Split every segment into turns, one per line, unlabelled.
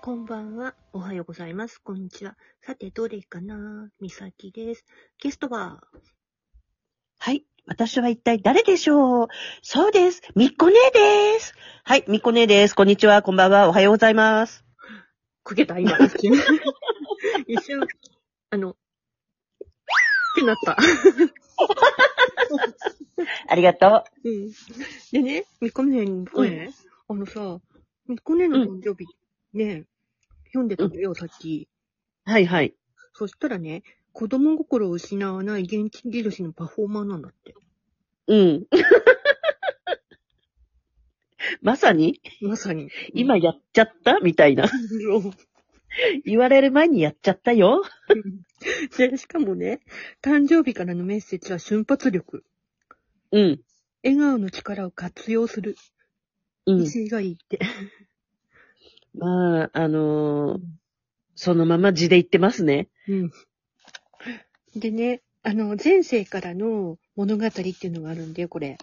こんばんは。おはようございます。こんにちは。さて、どれかなみさきです。ゲストは、
はい。私は一体誰でしょうそうです。みっこねえです。はい。みっこねえです。こんにちは。こんばんは。おはようございます。
こけた、今。 一瞬。一瞬、あの、ってなった。
ありがと
うん。でね、みこねに声、あのさ、みこねの誕生日、ね、読んでたのよ、さっき。
う。はいはい。
そしたらね、子供心を失わない現地印のパフォーマーなんだって。
うん。 まさに、
まさに。
今やっちゃったみたいな。
そう
言われる前にやっちゃったよ。
で、しかもね、誕生日からのメッセージは瞬発力。
うん。
笑顔の力を活用する。
うん。
石井がいいって。
まあ、あのーそのまま字で言ってますね。
うん。でね、あの、前世からの物語っていうのがあるんだよ、これ。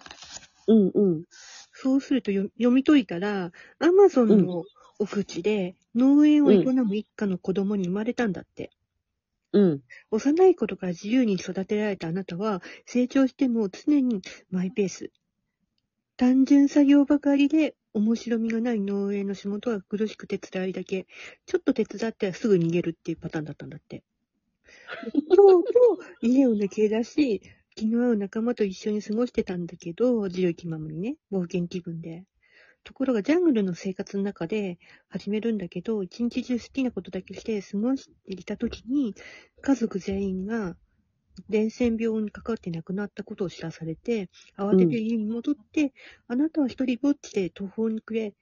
うんうん。
そうするとよ読み解いたら、アマゾンの奥地で農園を営む一家の子供に生まれたんだって。
うん。
幼い頃から自由に育てられたあなたは、成長しても常にマイペース。単純作業ばかりで、面白みがない農園の仕事は苦しく手伝いだけ。ちょっと手伝ってはすぐ逃げるっていうパターンだったんだって。今日も家を抜け出し、気の合う仲間と一緒に過ごしてたんだけど、自由気ままにね、冒険気分で。ところがジャングルの生活の中で始めるんだけど、一日中好きなことだけして過ごしていたときに、家族全員が伝染病にかかって亡くなったことを知らされて、慌てて家に戻って、あなたは一人ぼっちで途方に暮れ、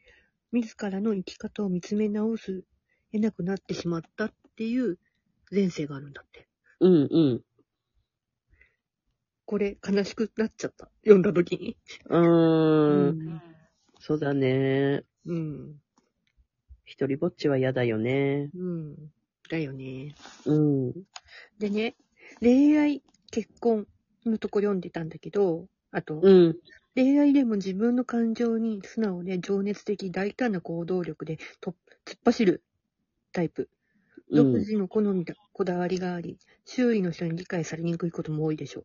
自らの生き方を見つめ直す、得なくなってしまったっていう前世があるんだって。
うんうん。
これ、悲しくなっちゃった。読んだ時に。
う
う
ーん。。そうだね。
うん。
一人ぼっちは嫌だよね。
うん。だよね。
うん。
でね、恋愛、結婚のとこ読んでたんだけど、あと、
うん。
恋愛でも自分の感情に素直で情熱的大胆な行動力でと突っ走るタイプ。
う
独
ん。
自の好みだ、こだわりがあり、周囲の人に理解されにくいことも多いでしょ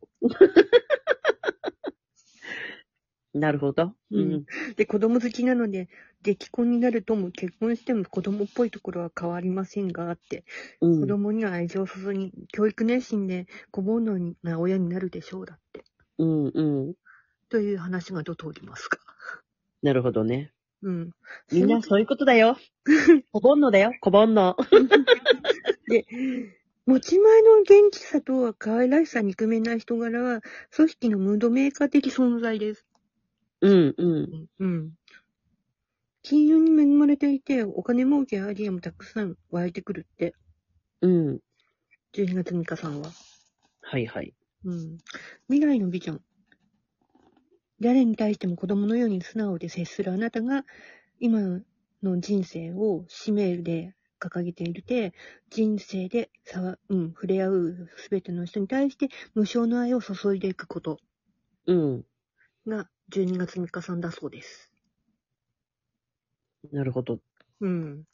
なるほど。
うん。う。で、子供好きなので、出来婚になるとも結婚しても子供っぽいところは変わりませんが、って。
うん。
子供には愛情を注ぎ、教育熱心で、子煩悩な親になるでしょう、だって。
うん。うん。
という話がどう通りますか。
なるほど ね。
うん。
みんなそういうことだ よ。小煩悩だよ。小煩悩。
で、持ち前の元気さとは可愛らしさ憎めない人柄は、組織のムードメーカー的存在です。
うん。うん。
うん。金融に恵まれていて、お金儲けやアイデアもたくさん湧いてくるって、
うん。
12月美香さんは。
はいはい。
うん。未来のビジョン。誰に対しても子供のように素直で接するあなたが、今の人生を使命で掲げているて、人生でさわ、うん、触れ合うすべての人に対して無償の愛を注いでいくこと
うん。
が12月3日さんだそうです。
なるほど。
うん。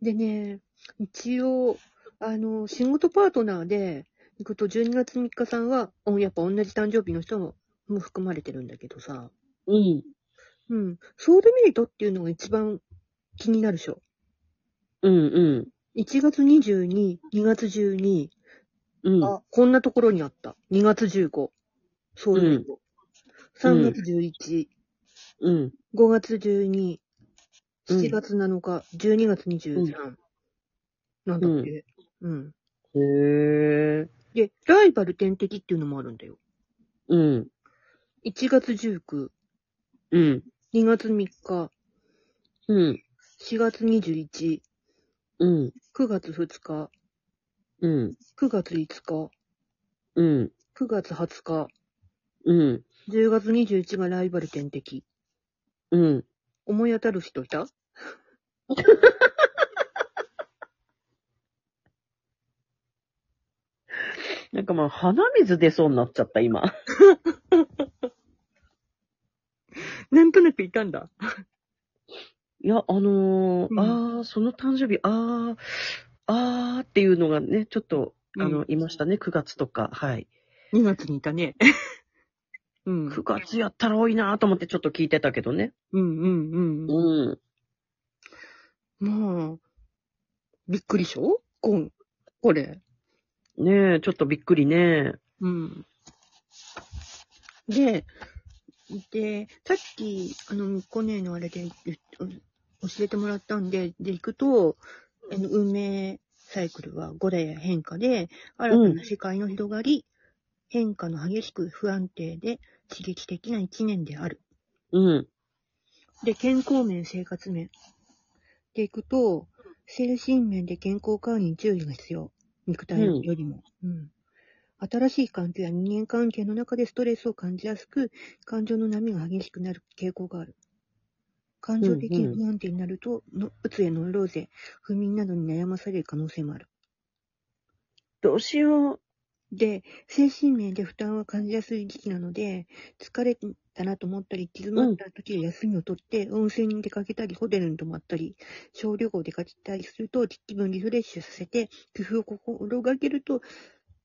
でね、一応、あの、仕事パートナーで行くと12月3日さんは、おやっぱ同じ誕生日の人もも含まれてるんだけどさ、
うん。
うん。ソウルメイトっていうのが一番気になるでしょ。
うん
1月22、2月12、
うん。うん。
あ、こんなところにあった。2月15、ソウルメイト。
うん
3月11、
うん。
5月12、
うん
7月7日、12月23。なんだって。うん。
へえ。
で、ライバル天敵っていうのもあるんだよ。
うん。
1月19、
うん。
2月3日、
うん。
4月21、
うん。
9月2日、
うん。
9月5日、
うん。
9月20日、
うん。
10月21日がライバル天敵。
うん。
思い当たる人いた
なんかまあ、鼻水出そうになっちゃった、今。
なんとなくいたんだ。
いや、あのー
うん
ああ、その誕生日、ああ、ああっていうのがね、ちょっと、
うん
あの、いましたね、9月とか、はい。
2月にいたね。 うん。うん
9月やったら多いなーと思ってちょっと聞いてたけどね。
うんうん。
うん。
まあ、びっくりしょこん、これ。
ねえ、ちょっとびっくりね。
うん。で、で、さっき、あの、みっこ姉のあれで言っ教えてもらったんで、で、行くと、あの、運命サイクルは5例変化で、新たな世界の広がり、変化の激しく不安定で刺激的な一年である。
うん。
で、健康面、生活面。でいくと、精神面で健康管理に注意が必要。肉体
うん
よりも。うん。新しい環境や人間関係の中でストレスを感じやすく、感情の波が激しくなる傾向がある。感情的に不安定になると、のうつやノイローゼ、不眠などに悩まされる可能性もある。
どうしよう。
で、精神面で負担を感じやすい時期なので、疲れたなと思ったり、行き詰まった時は休みを取って、温泉に出かけたり、ホテルに泊まったり、小旅行出かけたりすると、気分リフレッシュさせて、工夫を心がけると、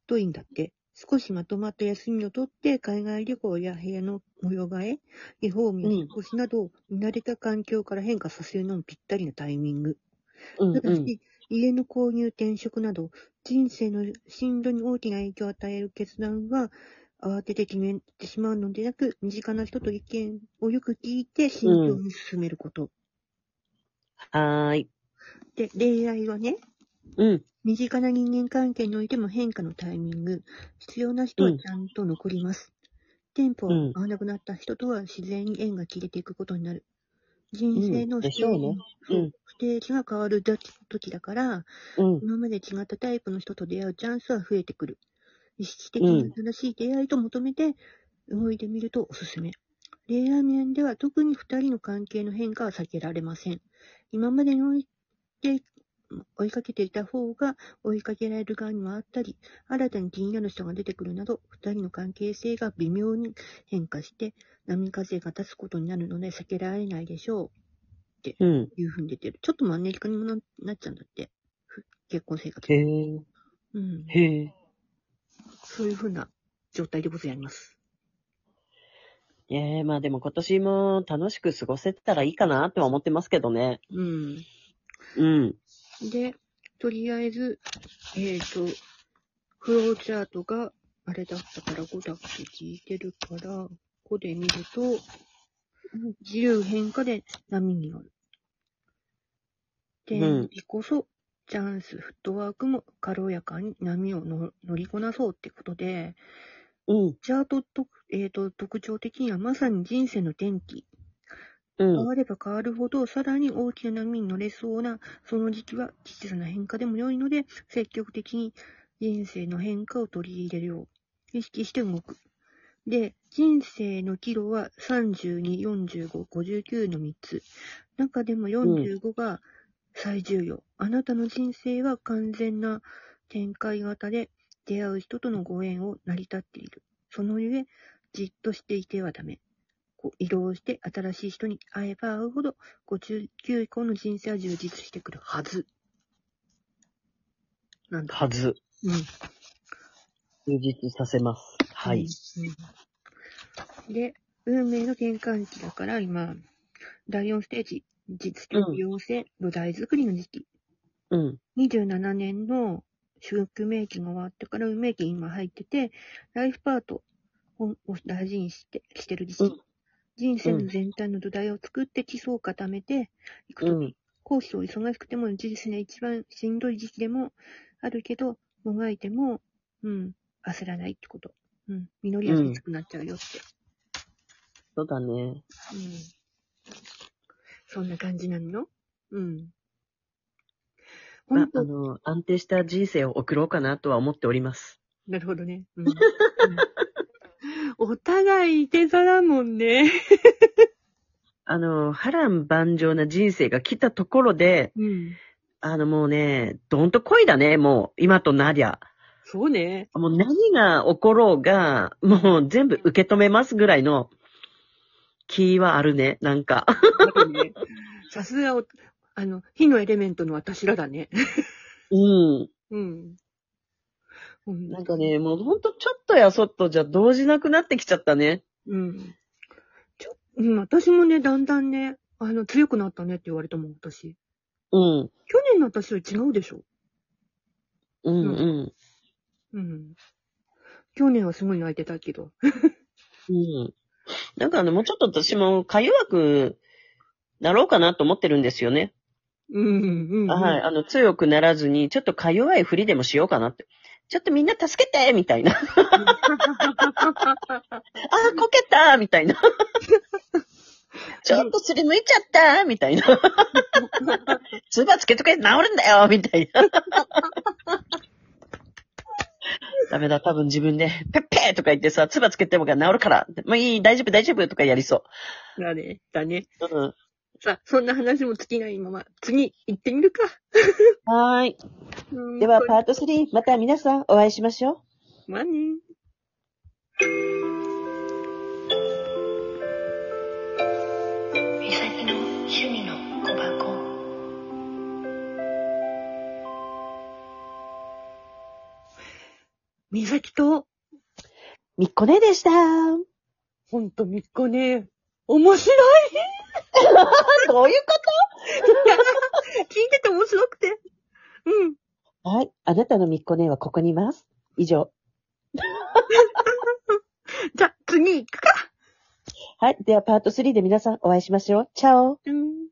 といいんだって。少しまとまった休みを取って、海外旅行や部屋の模様替え、リフォームや
うん
引っ越しなど、見慣れた環境から変化させるのもぴったりなタイミング。
うん、
ただ
うん。
し、家の購入、転職など、人生の進路に大きな影響を与える決断は、慌てて決めてしまうのでなく、身近な人と意見をよく聞いて、慎重に進めること。
はーい。
で、恋愛はね、
うん。
身近な人間関係においても変化のタイミング、必要な人は
うん
ちゃんと残ります。テンポが
うん
合わなくなった人とは自然に縁が切れていくことになる。人生の
うんで
ス
し
テ
ょう
ージ,、
ねうん
ステージが変わる時だから、
うん。
今まで違ったタイプの人と出会うチャンスは増えてくる。意識的に新しい出会いと求めて動いてみるとおすすめ。恋愛面では特に二人の関係の変化は避けられません。今までにおいて追いかけていた方が追いかけられる側にもあったり、新たに気になる人が出てくるなど、二人の関係性が微妙に変化して波風が立つことになるので避けられないでしょう。
うん。
いうふうに出てる。ちょっとマンネリ化にもななっちゃうんだって。ふ結婚生活。
へえ。
うん。
へえ。
そういうふうな状態でございます。
ええ、まあでも今年も楽しく過ごせたらいいかなっては思ってますけどね。
うん。
うん。
で、とりあえず、えっ、と、フローチャートがあれだったから5だって聞いてるから、5で見ると、自由変化で波による。
う
天
ん
気こそ、チャンス、フットワークも軽やかに波をの乗りこなそうってことで、
うん。
チャートと、えー、と特徴的にはまさに人生の転機。
う
変
ん。
われば変わるほど、さらに大きな波に乗れそうな、その時期は小さな変化でも良いので、積極的に人生の変化を取り入れるよう、意識して動く。で、人生の岐路は32、45、59の3つ。中でも45が最重要。あなたの人生は完全な展開型で、出会う人とのご縁を成り立っている。そのゆえ、じっとしていてはダメ。こう移動して新しい人に会えば会うほど、59以降の人生は充実してくるはず。なんだ。
はず。
うん。
充実させます。はい。
うん。で、運命の転換期だから今、第4ステージ、実力養成、土台作りの時期。
うん。
27年の宿命期が終わってから運命期に今入ってて、ライフパートを大事にしてしてる時期。
うん
人生の全体の土台を作って基礎を固めていくと
うん。
コースを忙しくても、人生の一番しんどい時期でもあるけど、もがいても、うん、焦らないってこと。うん、実りやすくなっちゃうよって。
そうだね。
うん。そんな感じなのよ。うん。本、
まああ
当、
の、安定した人生を送ろうかなとは思っております。
なるほどね。うん。うんお互いいて座だもんね。
あの、波乱万丈な人生が来たところで、
うん。
あのもうね、どんと来いだね、もう、今となりゃ。
そうね。
もう何が起ころうが、もう全部受け止めますぐらいの気はあるね、なんか。
なんかね さすがお、あの、火のエレメントの私らだね。
うん。
うん。うん
なんかね、もうほんとちょっとやそっとじゃ動じなくなってきちゃったね。
うん。ちょ、うん、私もね、だんだんね、あの、強くなったねって言われたもん、私。
うん。
去年の私は違うでしょ。
うんうん。
うん。去年はすごい泣いてたけど。
うん。なんかあの、もうちょっと私もか弱くなろうかなと思ってるんですよね。
うん、うん。
はい。。あの、強くならずに、ちょっとか弱いふりでもしようかなって。ちょっとみんな助けてみたいな。あー、こけたみ たいな。ちょっとすりむいちゃったみ たいな。つばつけとけ、治るんだよみたいな。 ダメだ、多分自分で、ペッペーとか言ってさ、つばつけてもが治るから、もういい、大丈夫、大丈夫とかやりそ
だね、だね。
う。うん。
さあ、そんな話も尽きないまま、次、行ってみるか。
はーい。
うん
では、パート3、また皆さんお会いしましょう。
まあね。
美咲の趣味の小箱
美咲と、
みっこねでした。
ほんとみっこね、面白い
どういうこ
聞いてて面白くて。うん。
とはい。あなたのみっこねはここにいます。以上。
じゃあ、次行くか。
はい。では、パート3で皆さんお会いしましょう。チャオ。
うん